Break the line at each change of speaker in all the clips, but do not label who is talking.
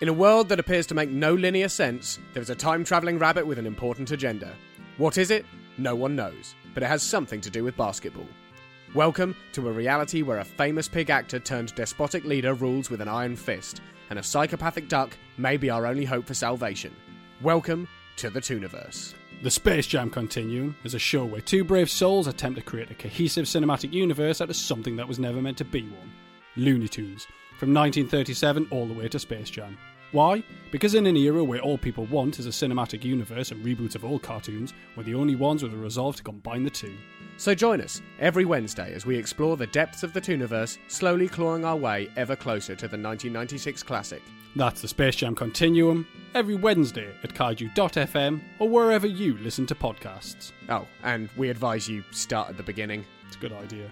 In a world that appears to make no linear sense, there is a time travelling rabbit with an important agenda. What is it? No one knows, but it has something to do with basketball. Welcome to a reality where a famous pig actor turned despotic leader rules with an iron fist, and a psychopathic duck may be our only hope for salvation. Welcome to the Tooniverse.
The Space Jam Continuum is a show where two brave souls attempt to create a cohesive cinematic universe out of something that was never meant to be one Looney Tunes, from 1937 all the way to Space Jam. Why? Because in an era where all people want is a cinematic universe and reboots of old cartoons, we're the only ones with a resolve to combine the two.
So join us every Wednesday as we explore the depths of the Tooniverse, slowly clawing our way ever closer to the 1996 classic.
That's the Space Jam Continuum, every Wednesday at kaiju.fm or wherever you listen to podcasts.
Oh, and we advise you start at the beginning.
It's a good idea.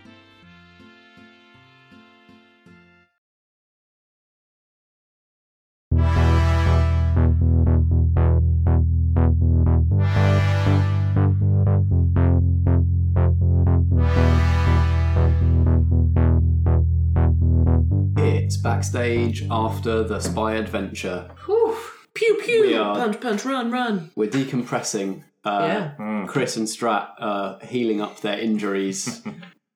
It's backstage after the spy adventure.
Whew. Pew pew.
We are-
Punch punch. Run run.
We're decompressing. Uh,
Yeah.
Chris and Strat uh, healing up their injuries,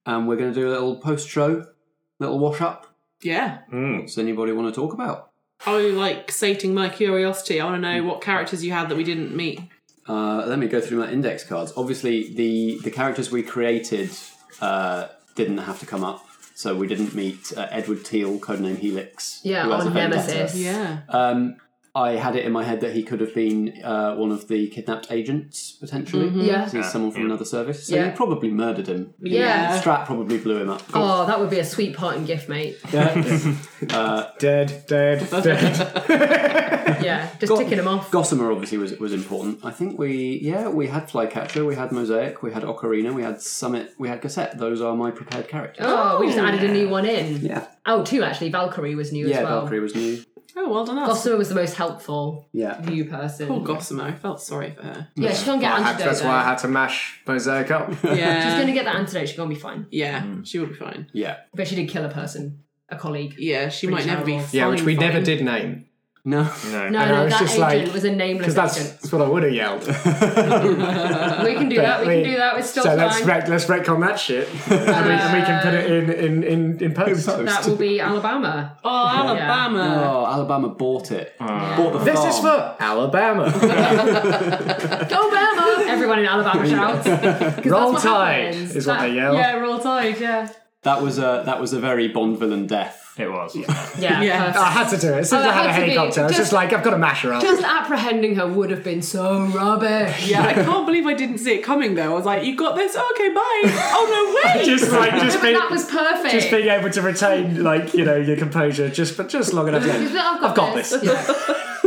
and we're going to do a little post-show, little wash-up.
Yeah.
Does anybody want to talk about?
I like sating my curiosity. I want to know what characters you had that we didn't meet.
Uh, let me go through my index cards. Obviously, the the characters we created uh, didn't have to come up, so we didn't meet uh, Edward Teal, codename Helix.
Yeah,
who has
on
a vendetta.
Nemesis.
Yeah.
Um, I had it in my head that he could have been uh, one of the kidnapped agents potentially.
Yeah.
He's someone from another service. So
Mm-hmm. Yeah.
you probably murdered him.
Yeah.
Strat probably blew him up.
Oh, that would be a sweet parting gift, mate.
Yeah.
Dead, dead, dead.
Yeah, just ticking them off.
Gossamer obviously was was important. I think we yeah we had Flycatcher, we had Mosaic, we had Ocarina, we had Summit, we had Cassette. Those are my prepared characters.
Oh, we just added a new one in.
Yeah,
Oh, two actually. Valkyrie was new
yeah.
as well.
Valkyrie was new.
Oh, well done us.
Gossamer was the most helpful
Yeah,
new person.
Poor Gossamer. I felt sorry for her.
Yeah, she can't get
I had-
antidote.
that's why I
though.
had to mash Mosaic up.
Yeah.
She's gonna get the antidote. She's gonna be fine.
yeah.
Mm.
She will be fine.
yeah.
But she did kill a person, a colleague.
Yeah. She might never be.
Yeah, which we
fine,
never
fine.
did name.
No,
No,
No,
and I
no,
was
that
just
agent
like,
was a nameless
because that's,
agent.
that's what I would have yelled.
We can do that. We
But
can do that. It's still
so let's
fine.
wreck, let's wreck on that shit, and, we, and we can put it in in in, in post.
that will be Alabama.
Oh, Alabama.
oh Alabama bought it. Bought the
This
farm.
is for Alabama.
Go Bama! Everyone in Alabama shouts. 'Cause
Roll
that's what
Tide
happens.
is what
That-
they yell.
Yeah, roll tide. Yeah.
That was a that was a very Bond villain death.
It was.
Yeah.
Yeah.
perfect.
I had to do it. As soon as
Oh,
I had a
it had to be-
helicopter, I was just
just-
like, I've got to mash her up.
Just apprehending her would have been so rubbish.
Yeah, I can't believe I didn't see it coming though. I was like, you got this? Okay, bye. Oh, no way.
Just like just being,
That was perfect.
just being able to retain like you know your composure just but just long enough.
She's
Like,
like, I've got, this. Yeah.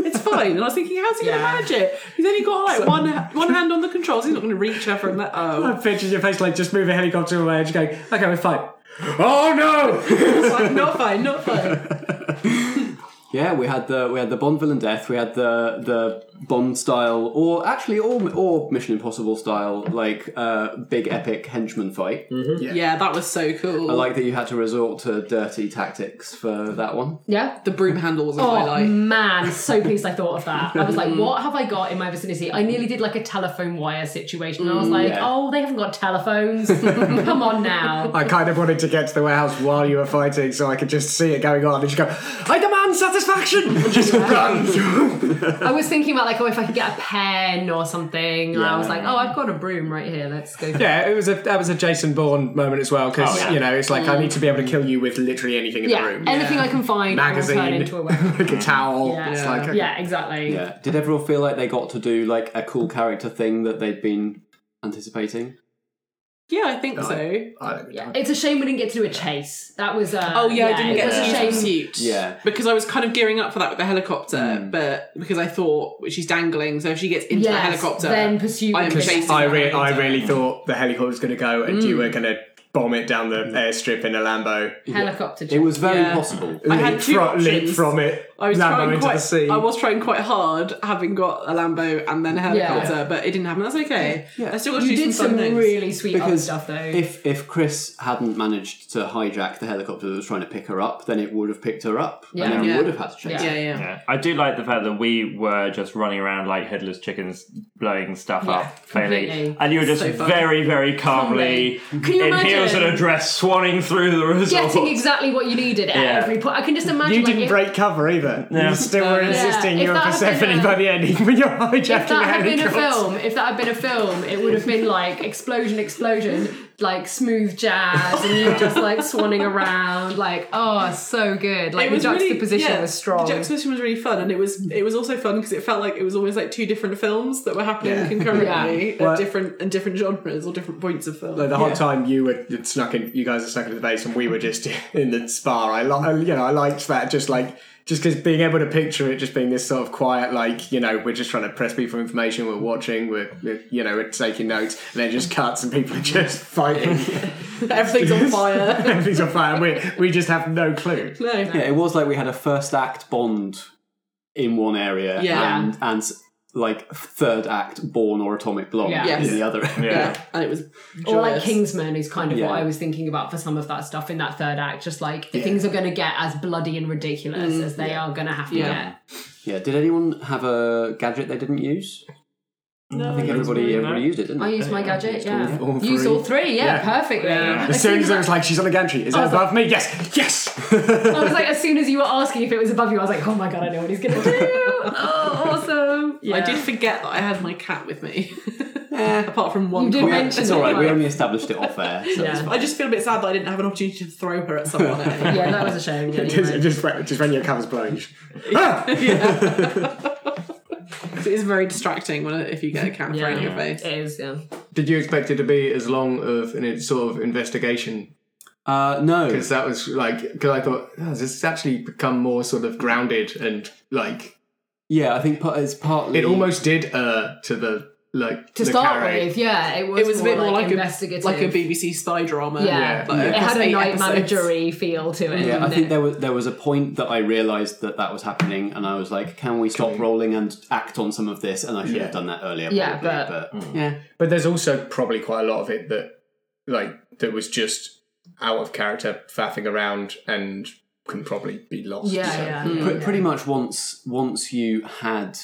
it's fine. And I was thinking, how's he
Yeah.
going to manage it? He's only got like one one hand on the controls. He's not going to reach her from that. Oh,
I'm picturing your face like just move a helicopter away and just going, okay, we're fine. Oh no!
it's like, not fine, not fine.
Yeah, we had the we had the Bond villain death. We had the the Bond style, or actually, or or Mission Impossible style, like uh, big epic henchman fight.
Yeah, that was so cool.
I like that you had to resort to dirty tactics for that one.
yeah.
the broom handle was a
Oh
highlight.
man, so pleased I thought of that. I was like, what have I got in my vicinity? I nearly did like a telephone wire situation. And I was like,
yeah.
oh, they haven't got telephones. Come on now.
I kind of wanted to get to the warehouse while you were fighting so I could just see it going on and just go, I demand satisfaction! And just run!
I was thinking about like, oh, if I could get a pen or something. And I was like, oh, I've got a broom right here. Let's go.
yeah, it was a that was a Jason Bourne moment as well,
Oh,
because you know, it's like I need to be able to kill you with literally anything in
Yeah,
the room.
anything I can find I will turn
Magazine,
into a weapon.
like a towel.
Yeah.
It's like okay.
yeah, exactly.
Yeah. Did everyone feel like they got to do like a cool character thing that they'd been anticipating?
Yeah, I think so.
I don't
Yeah. It's a shame we didn't get to do a chase. That was uh,
Oh yeah, I didn't
it
get
was
to
a
shoot
shame.
the suit.
Yeah.
because I was kind of gearing up for that with the helicopter,
Mm.
but because I thought well, she's dangling, so if she gets into the
Yes,
helicopter,
then pursue
I am
the chase.
chasing.
I,
her
re-
later.
I really thought the helicopter was going to go and you were
Mm.
going to bomb it
Mm.
down the airstrip in a Lambo.
helicopter.
It
chase.
was very
Yeah.
possible.
I had two
Leap fro- leap
options.
from it.
I was
Lambo
trying
into the
quite.
sea.
I was trying quite hard, having got a Lambo and then a helicopter,
Yeah.
but it didn't happen. That's okay.
Yeah.
I still got to
You
do
did
some,
some
fun things.
really sweet other
because
stuff though.
if if Chris hadn't managed to hijack the helicopter that was trying to pick her up, then it would have picked her up,
Yeah.
and then
Yeah.
we would have had to chase.
Yeah.
yeah, yeah.
Yeah. I do like the fact that we were just running around like headless chickens, blowing stuff
Yeah,
up, failing,
completely.
and you were just
So fun.
very, very calmly
Can you
in heels and
imagine?
a dress swanning through the resort.
Getting exactly what you needed at
Yeah.
every point. I can just imagine.
You
like,
didn't
if,
break cover either.
No.
You still were insisting
If
you were
that had been
Persephone
a-
by the end, even when you're hijacking
If that had been a
helicopters.
film, if that had been a film, it would have been like explosion, explosion, like smooth jazz, and you just like swanning around, like oh, so good. Like the juxtaposition
yeah,
was strong.
The juxtaposition was really fun, and it was it was also fun because it felt like it was always like two different films that were happening concurrently,
Well-
at different and different genres or different points of film.
Like the whole
Yeah.
time you were snuck in, you guys are snuck into the base, and we were just in the spa. I like, you know, I liked that. Just like, just because being able to picture it, just being this sort of quiet, like, you know, we're just trying to press people for information. We're watching. We're, we're- you know, we're taking notes, and then it just cuts, and people are just fighting.
Everything's on fire.
Everything's on fire. And we we just have no clue.
no,
Yeah, it was like we had a first act Bond in one area,
Yeah.
and and s- like third act Born or Atomic Blonde
Yeah.
Yes.
in the other area.
yeah.
and it was
or like
joyous.
Kingsman is kind of
Yeah.
what I was thinking about for some of that stuff in that third act. Just like things are going to get as bloody and ridiculous as they are going to have to
Yeah.
get.
Yeah, Did anyone have a gadget they didn't use? I think everybody everybody used it, didn't
I
they?
used my gadget. Yeah,
all
use
three.
all three. Yeah, perfectly.
Yeah.
As
As soon
soon
as I was like, she's on the gantry. Is it above me? Yes, yes.
I was like, as soon as you were asking if it was above you, I was like, oh my god, I know what he's going to do. Oh, awesome!
I
Yeah.
did forget that I had my cat with me. Apart from one
You did
comment.
mention
It's
it.
all right. We only established it off air. So
Yeah.
it's fine.
I just feel a bit sad that I didn't have an opportunity to throw her at someone. yeah.
Yeah, that was a shame.
just,
Anyway.
just, when- just when your cover's blowing. you just- Ah!
It is very distracting when if you get a cat thrown in your face.
It is, yeah.
Did you expect it to be as long of an sort of investigation?
Uh, no,
Because that was like, because I thought oh, this has actually become more sort of grounded and like
yeah, I think part- it's partly
it almost did uh to the like
To
the
start
carry.
with, yeah, it was,
It was a bit more like,
investigative.
a like a BBC spy drama.
yeah.
Like,
It
across
had a
eight
night
episodes.
managery feel to it.
Yeah, I
didn't
think
it?
there was there was a point that I realised that that was happening, and I was like, "Can we stop rolling and act on some of this?" And I should
Yeah.
have done that earlier.
Yeah,
probably,
but-
Yeah.
But there's also probably quite a lot of it that like that was just out of character, faffing around, and can probably be lost.
Yeah,
so. hmm.
yeah.
but pre- pretty much once once you had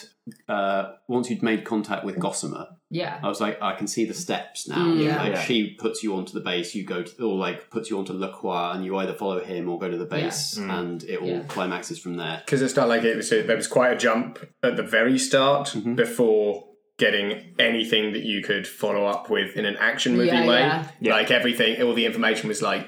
uh, once you'd made contact with Gossamer,
yeah.
I was like, "I can see the steps now."
yeah.
Like,
Yeah.
She puts you onto the base, you go to, or like puts you onto La Croix, and you either follow him or go to the base, and it all
Yeah.
climaxes from there.
because it's not like it was there was quite a jump at the very start before getting anything that you could follow up with in an action movie
Yeah,
way
yeah.
Yeah.
like everything all the information was like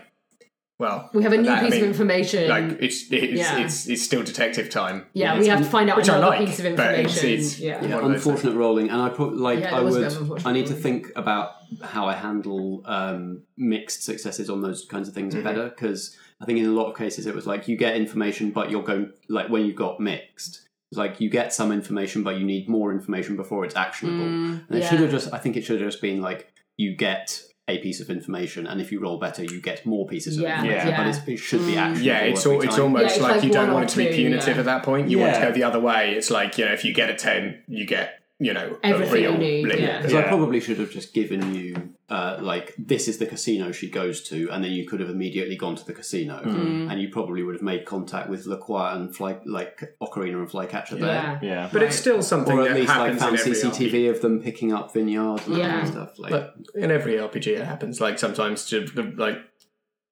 well
We have a new
that- I
piece
mean,
of information.
like it's it's,
Yeah.
it's it's still detective time
yeah, we have to find out
which I
another
like,
piece of
but
information.
it's- it's-
yeah.
Yeah,
One of those
unfortunate rolling, and I put like
Yeah, there
I
was a
would.
bit of unfortunate
I need to
rolling.
think about how I handle um, mixed successes on those kinds of
Mm-hmm.
things better because I think in a lot of cases it was like you get information, but you're going like when you've got mixed. It's like you get some information, but you need more information before it's actionable. and it
Mm, yeah.
should have just. I think it should have just been like you get a piece of information, and if you roll better, you get more pieces of
Yeah,
information.
yeah. Mm.
But it's, it should be actionable.
yeah, it's
every
all, it's
time.
almost
Yeah, it's
like,
like
you don't
one
want
or
it to be
two,
punitive
yeah.
at that point. You want to
Yeah.
go the other way. It's like you know, if you get a ten, you get you know
Everything
a real
you need,
linear
yeah.
So I
Yeah.
probably should have just given you uh, like this is the casino she goes to, and then you could have immediately gone to the casino,
Hmm.
Hmm.
and you probably would have made contact with LaCroix and Fly like Ocarina and Flycatcher
Yeah.
there,
Yeah.
But it's still something
or at
that
least like
happens
found
in every RPG.
CCTV of them picking up vineyard and that kind
Yeah.
of stuff. Like,
But in every RPG, it happens. Like sometimes, to the- like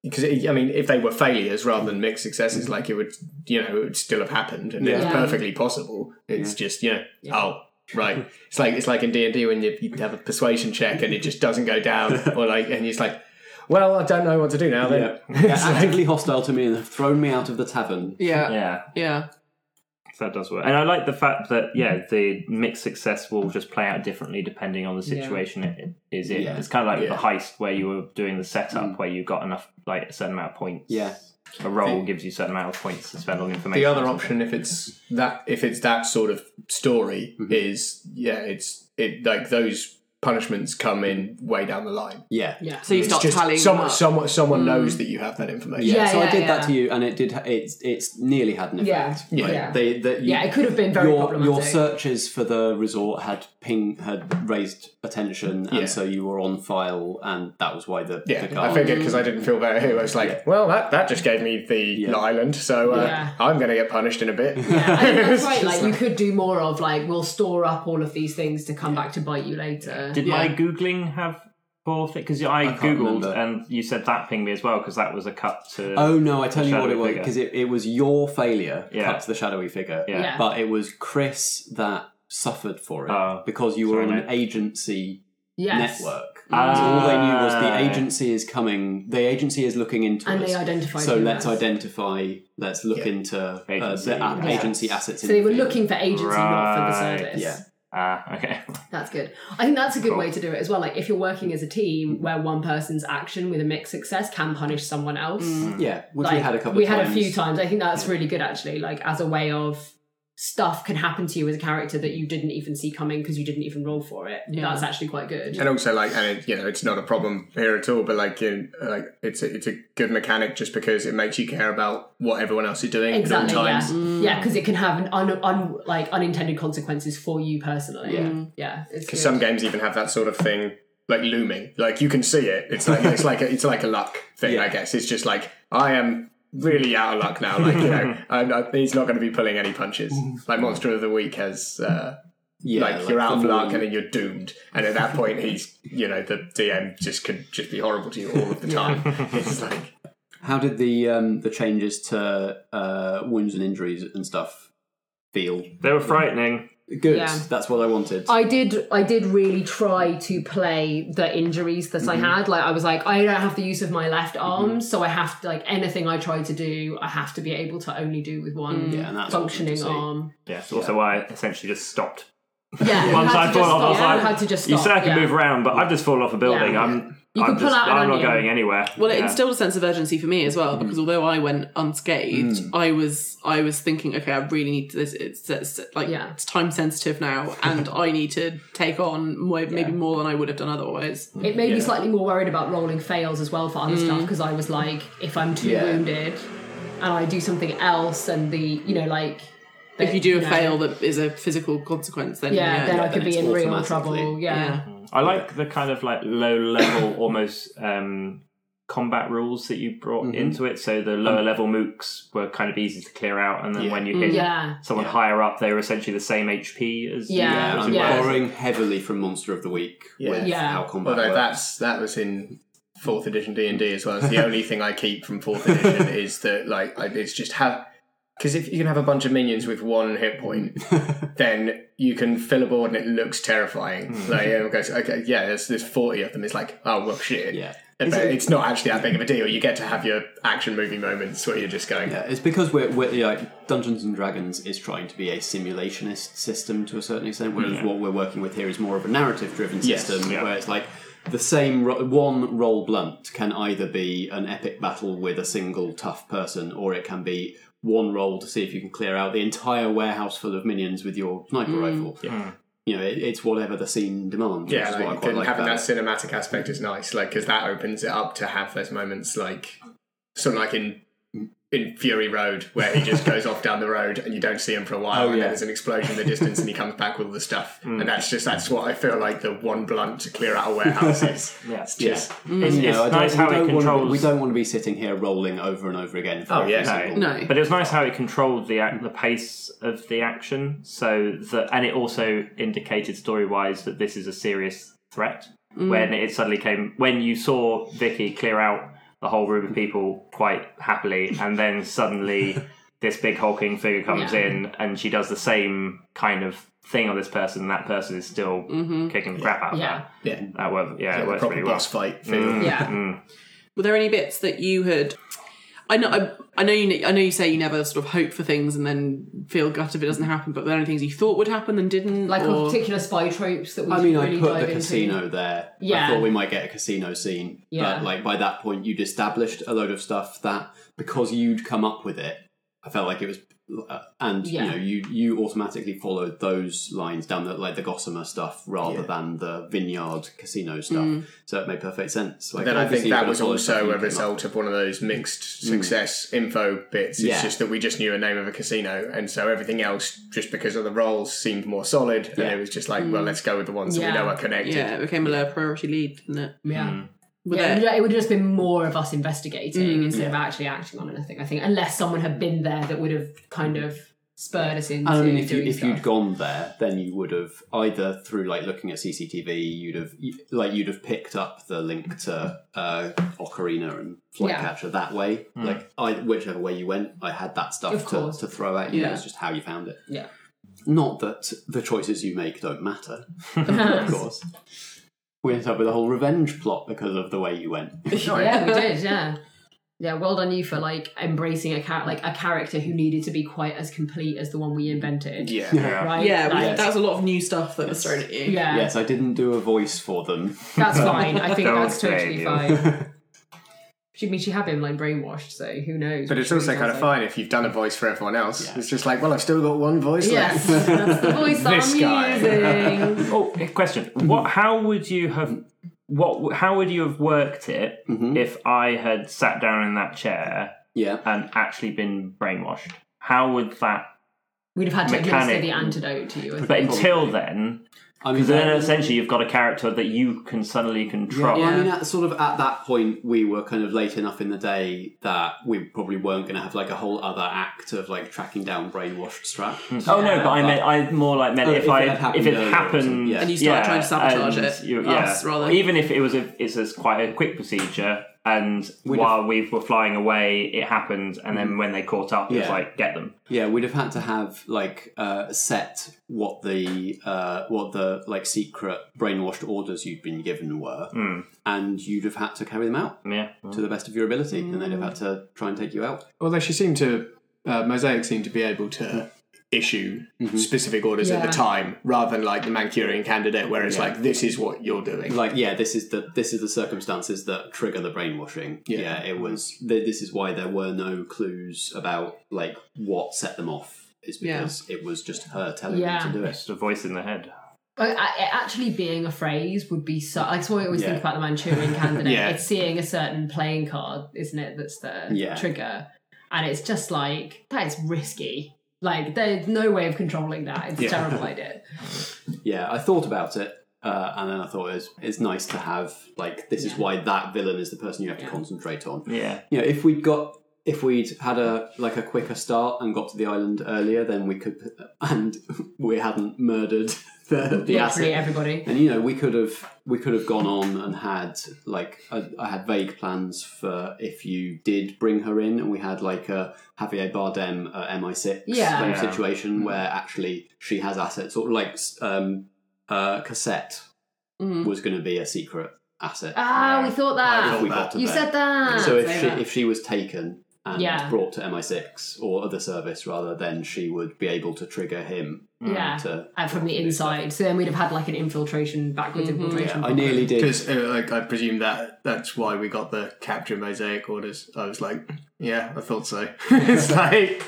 because I mean, if they were failures rather than mixed successes, like it would, you know, it would still have happened, and it's
Yeah.
perfectly possible. It's just, you know, oh. Right, it's like it's like in D and D when you, you have a persuasion check and it just doesn't go down, or like, and it's like, well, I don't know what to do now. Then,
they're actively hostile to me and have thrown me out of the tavern.
Yeah. Yeah.
Yeah. That does work. And I like the fact that, yeah, the mixed success will just play out differently depending on the situation it it is in.
Yeah.
It's kind of like
Yeah. Mm.
the heist where you were doing the setup where you got enough, like a certain amount of points.
Yeah.
A roll gives you a certain amount of points to spend on information.
the other option, if it's that, if it's that sort of story, is yeah, it's it like those punishments come in way down the line.
Yeah.
Yeah.
So you
It's
start
just
tallying them
someone,
up.
someone, someone knows that you have that information.
Yeah,
so I
yeah,
did
yeah.
that to you, and it did. ha- It's it's nearly had an
Yeah,
effect.
yeah.
Like,
Yeah.
They that you,
Yeah, it could have been very
your
problematic.
your searches for the resort had ping had raised attention,
Yeah.
and so you were on file, and that was why the
Yeah,
the
I
guard-
figured because I didn't feel very. I was like, well, that, that just gave me the island, so uh,
Yeah.
I'm going to get punished in a bit.
I think that's right.
It's
Like
just
you could do more of like we'll store up all of these things to come back to bite you later.
Did
Yeah.
my googling have four things? Because I,
I can't
googled
remember.
and you said that pinged me as well because that was a cut to.
Oh no! I tell you what
shadowy
it was
figure.
because it, it was your failure
Yeah.
cut to the shadowy figure,
Yeah.
Yeah.
but it was Chris that suffered for it
Oh,
because you were
sorry,
on an
mate.
agency
Yes.
network.
Ah.
so all they knew was the agency is coming. The agency is looking into
And
us.
they identified
So
you
let's
as-
identify. Let's look
Yeah.
into uh,
Agency.
the a-
Yeah.
agency assets.
So
in
they were
the field.
looking for agency, not for the
Right.
service.
Yeah.
Ah, okay.
That's good. I think that's a good
Cool.
way to do it as well. Like if you're working as a team where one person's action with a mixed success can punish someone else.
Yeah, which
Like,
we had a couple.
we
of
had
times.
a few times. I think that's really good actually. Like as a way of stuff can happen to you as a character that you didn't even see coming because you didn't even roll for it.
Yeah.
That's actually quite good.
And also, like, and it, you know, it's not a problem here at all. But like, in, like, it's a, it's a good mechanic just because it makes you care about what everyone else is doing
Exactly.
at all
Yeah.
times.
Yeah, because it can have an un, un like unintended consequences for you personally.
Yeah.
Yeah. It's good.
Because some games even have that sort of thing like looming. Like you can see it. It's like it's like a, it's like a luck thing.
Yeah.
I guess it's just like I am really out of luck now. Like you know, I'm, I, he's not going to be pulling any punches. Like Monster of the Week has. Uh,
Yeah,
like, you're out
the
of
more
luck
you-
and then you're doomed. And at that point, he's you know the DM just could just be horrible to you all of the time. It's like
How did the um, the changes to uh, wounds and injuries and stuff feel?
They were frightening.
Good.
Yeah.
That's what I wanted.
I did I did really try to play the injuries that I
Mm-hmm.
had. Like I was like, I don't have the use of my left arm, so I have to like anything I try to do, I have to be able to only do with one
Yeah, and that's what we
functioning
see.
arm.
Yeah, it's also why I essentially just stopped.
Yeah, you
Once
had
I
to just
fall off, I was
stop.
like,
you had to just
You
stop,
say I can
yeah.
move around, but I've just fallen off a building.
Yeah.
I'm,
You
I'm,
can pull
just,
out an
I'm not
onion.
going anywhere.
Well, it
Yeah.
instilled a sense of urgency for me as well because although I went unscathed, I was I was thinking, okay, I really need to, this. It's, it's like
Yeah.
it's time sensitive now, and I need to take on way, maybe more than I would have done otherwise.
It made me slightly more worried about rolling fails as well for other stuff because I was like, if I'm too
Yeah.
wounded and I do something else, and the you know like
If you do a
know.
fail that is a physical consequence, then
yeah,
yeah,
then I
then
could be
it's
in real
automatically-
trouble. Yeah,
I like the kind of like low level, almost um, combat rules that you brought into it. So the lower level mooks were kind of easy to clear out, and then when you hit
Mm, yeah,
someone higher up, they were essentially the same HP as.
Yeah.
yeah, I'm
Yeah.
borrowing heavily from Monster of the Week with
Yeah.
how combat
although
works.
that's that was in fourth edition D and D as well. It's the only thing I keep from fourth edition is that like I- it's just have because if you can have a bunch of minions with one hit point, then you can fill a board and it looks terrifying.
Hmm.
Like everyone goes, okay, yeah, there's there's forty of them. It's like, oh well, shit.
Yeah.
But it's not actually that big of a deal. You get to have your action movie moments where you're just going,
Yeah, it's because we're, we're yeah, like Dungeons and Dragons is trying to be a simulationist system to a certain extent, whereas what we're working with here is more of a narrative-driven
Yes,
system,
yeah.
where it's like the same ro- one roll blunt can either be an epic battle with a single tough person, or it can be one roll to see if you can clear out the entire warehouse full of minions with your sniper rifle. You know, it, it's whatever the scene demands.
Yeah,
which is
like,
what I quite
and
like
having
about
that
it.
cinematic aspect is nice, like because that opens it up to have those moments, like sort of like in in Fury Road, where he just goes off down the road and you don't see him for a while,
Oh,
and
yeah. Mm.
then there's an explosion in the distance, and he comes back with all the stuff, and that's just that's what I feel like the one blunt to clear out a warehouse is.
Yeah.
It's just
It's,
You
it's
know, Mm, I don't-
nice
we
how it
don't wanna be-
controls.
we don't want to be sitting here rolling over and over again. For
Oh,
every
yeah.
single
No.
no,
But it was nice how it controlled the act, the pace of the action, so that and it also indicated story wise that this is a serious threat.
Mm.
When it suddenly came, when you saw Vicky clear out the whole room of people quite happily, and then suddenly this big hulking figure comes
Yeah.
in and she does the same kind of thing on this person, and that person is still kicking the crap out of
Mm-hmm. Yeah.
her.
yeah,
That worked, yeah,
like
it
a
works
proper
really well. Mm.
boss fight feel.
yeah.
Mm-hmm.
Were there any bits that you had? I know, I, I know you. ne- I know you say you never sort of hope for things and then feel gut if it doesn't happen. But were there any things you thought would happen and didn't?
like oh,
or...
or, particular spy tropes that we
I mean,
really
I put
dive
the
into.
casino there.
Yeah.
I thought we might get a casino scene,
Yeah.
but like by that point, you'd established a load of stuff that because you'd come up with it, I felt like it was uh, and
Yeah.
you know you you automatically follow those lines down the like the Gossamer stuff rather than the vineyard casino stuff.
Mm.
So it made perfect sense. Like
Then I think
obviously you're
that
gonna
was
follow stuff
also
you
a
came up
result of one of those mixed success info bits. It's
Yeah.
just that we just knew a name of a casino, and so everything else, just because of the roles, seemed more solid.
Yeah.
And it was just like, well, let's go with the ones that we
Yeah.
know are connected.
Yeah, it became a low priority lead, didn't it?
Mm.
Yeah.
With
yeah, it
it.
would- it would have just been more of us investigating instead of actually acting on anything. I think, unless someone had been there that would have kind of spurred us into.
And I mean, if you
doing
if
stuff.
you'd gone there, then you would have either through like looking at CCTV, you'd have like you'd have picked up the link to uh, Ocarina and Flycatcher that way.
Hmm.
Like I, whichever way you went, I had that
Of
stuff to,
course.
to throw at you.
Yeah.
It's just how you found it.
Yeah.
Not that the choices you make don't matter, of course. We ended up with a whole revenge plot because of the way you went.
yeah, we did. Yeah, yeah. Well done you for like embracing a char- like a character who needed to be quite as complete as the one we invented.
Yeah.
Right.
Yeah,
Like,
that was a lot of new stuff that was thrown at you.
yeah.
Yes, I didn't do a voice for them.
That's fine. I think
Don't
that's
blame
totally
you.
fine. She I mean she had him like brainwashed, so who knows?
But it's also kind of fine if you've done a voice for everyone else. It's just like, well, I've still got one voice
Yes,
left.
that's the voice that
This
I'm
guy.
using.
Oh, question. What? How would you have? What? How would you have worked it if I had sat down in that chair
Mm-hmm. Yeah.
and actually been brainwashed? How would that?
We'd have had to administer
Mechanic.
the antidote to you. I
But
think.
until then,
I
because
that-
then essentially you've got a character that you can suddenly control.
Well, I mean, at, sort of at that point, we were kind of late enough in the day that we probably weren't going to have like a whole other act of like tracking down brainwashed strap.
Oh no, but I meant I more like meant
Oh,
if,
if it
I
had happened
if it
earlier or something,
happened
yeah. And
you start trying to sabotage
and
it,
you-
us, rather.
even if it was a it's a, quite a quick procedure, and while we Mm-hmm. were flying away, it happened, and then when they caught up, it was
Yeah.
like get them.
Yeah, we'd have had to have like uh, set what the uh, what the like secret brainwashed orders you'd been given were,
Hmm.
and you'd have had to carry them out
Yeah,
to the best of your ability, and they'd have
Hmm.
had to try and take you out.
Although she seemed to, uh, Mosaic seemed to be able to issue specific orders at
Yeah.
the time rather than like the Mancurian candidate, where it's like, this is what you're doing.
like yeah this is the this is the circumstances that trigger the brainwashing yeah, it was th- this is why there were no clues about like what set them off is because it was just her telling
Yeah.
them to do it
just a voice in the head.
But I- it actually being a phrase would be so. That's what I always
Yeah.
think about the Manchurian Candidate.
Yeah.
It's seeing a certain playing card, isn't it? That's the
Yeah.
trigger, and it's just like that is risky. Like there's no way of controlling that. It's a terrible idea.
yeah i thought about it uh, and then i thought it's, it's nice to have like this is why that villain is the person you have to concentrate on
Yeah,
you know if we'd got if we'd had a like a quicker start and got to the island earlier then we could and we hadn't murdered the, the asset
Literally everybody.
And you know, we could have we could have gone on and had like I, I had vague plans for if you did bring her in, and we had like a Javier Bardem uh, MI6
Yeah.
kind of
Yeah.
situation where actually she has assets, or like um, uh, cassette was going to be a secret asset.
Mm-hmm. Ah, we thought
If
that.
we got to
You
there.
said that.
So if
say
she
that.
if she was taken and
Yeah.
brought to MI6 or other service rather, then she would be able to trigger him.
yeah,
to-
uh, from the inside. So then we'd have had like an infiltration, backwards infiltration.
Mm-hmm. Yeah, I nearly did.
Because uh, like, I presume that that's why we got the capture Mosaic orders. I was like, yeah, I thought so. it's like,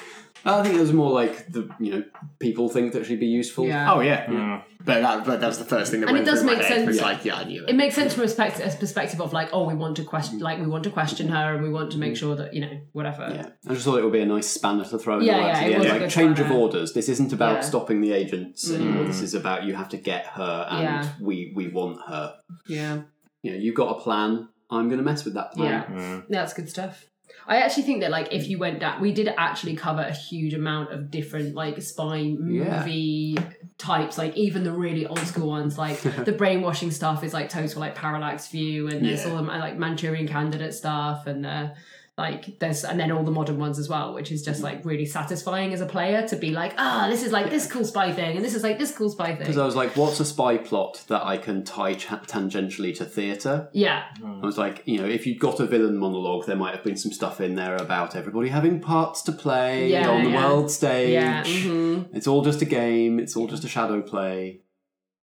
I think it was more like the you know people think that she'd be useful.
Yeah.
oh yeah. But that, but that was the first thing that
And
went
it does
through my
make
head.
sense.
It's like, yeah, I knew
It
it.
makes sense from a spect- a perspective of like, oh, we want to question,
Mm.
like, we want to question her, and we want to make sure that you know, whatever.
Yeah, I just thought it would be a nice spanner to throw in
Yeah,
the works
yeah,
at
it
the end.
was a
Like
good
change of
spanner.
orders. This isn't about
Yeah. Mm.
stopping the agents anymore. This is about you have to get her, and
Yeah.
we we want her.
Yeah.
You know, you got a plan. I'm going to mess with that
Yeah,
plan.
Mm.
that's good stuff. I actually think that like if you went down, we did actually cover a huge amount of different like spy
Yeah.
movie types. Like even the really old school ones, like the brainwashing stuff is like total like parallax view, and there's
Yeah.
all the like Manchurian Candidate stuff, and the like there's and then all the modern ones as well, which is just like really satisfying as a player to be like, ah, this is like this cool spy thing, and this is like this cool spy
Because
thing.
I was like, what's a spy plot that I can tie cha- tangentially to theatre?
yeah,
Mm.
I was like, you know, if you'd got a villain monologue, there might have been some stuff in there about everybody having parts to play
Yeah,
on the
yeah. mm-hmm.
world stage.
Yeah.
It's all just a game. It's all just a shadow play.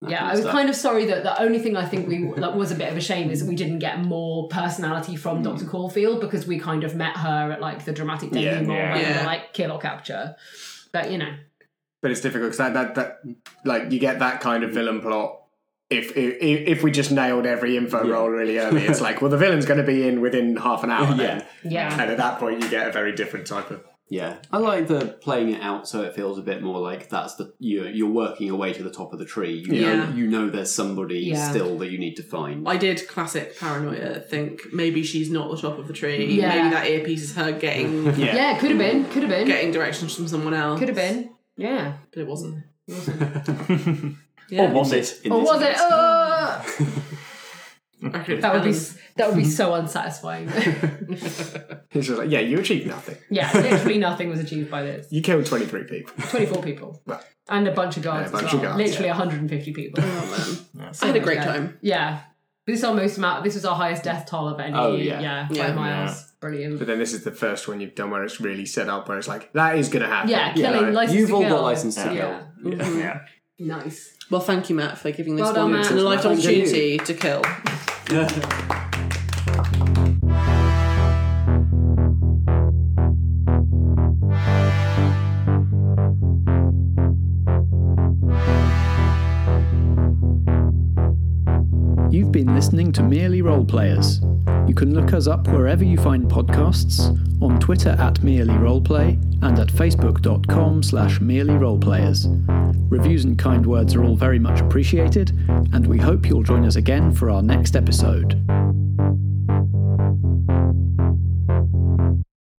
that
Yeah,
kind
I
of
was
stuff.
kind of sorry that the only thing I think we that was a bit of a shame is that we didn't get more personality from Dr. Caulfield because we kind of met her at like the dramatic
Yeah.
denouement,
Yeah.
and
Yeah.
were like kill or capture. But you know,
but it's difficult because that, that that like you get that kind of villain plot if if, if we just nailed every info
Yeah.
roll really early it's like well the villain's going to be in within half an hour then.
yeah,
and at that point you get a very different type of
Yeah, I like the playing it out so it feels a bit more like that's the you're, you're working your way to the top of the tree. You
Yeah.
know, you know there's somebody
Yeah.
still that you need to find.
I did classic paranoia. Think maybe she's not the top of the tree.
Yeah.
Maybe that earpiece is her getting
yeah. could have been, could have been,
getting directions from someone else.
could have been. Yeah.
but it wasn't.
Or was it?
In
Or
this
was it?
case.
Oh,
I could
that would be s- that would be so unsatisfying.
it's just like yeah you achieved nothing
yeah, literally nothing was achieved by this.
you killed 23 people
24 people.
Right.
And a bunch of guards.
And a bunch
as
of
well.
guards,
Literally 150 people.
I had a great
Yeah.
time.
Yeah. This is our most amount. This was our highest death toll of any.
Oh, yeah.
Yeah. by
Yeah.
miles.
but
Brilliant.
then this is the first one you've done where it's really set up where it's like that is going to happen
Yeah,
You know,
killing license
You've
to
all
kill.
got license to
yeah.
kill.
yeah.
Nice.
Well, thank you, Matt, for giving this
Well done,
one
Matt.
an a life
Well done to you.
opportunity to kill.
You've been listening to Merely Role Players. You can look us up wherever you find podcasts, on Twitter at Merely Roleplay, and at facebook.com slash merely roleplayers. Reviews and kind words are all very much appreciated, and we hope you'll join us again for our next episode.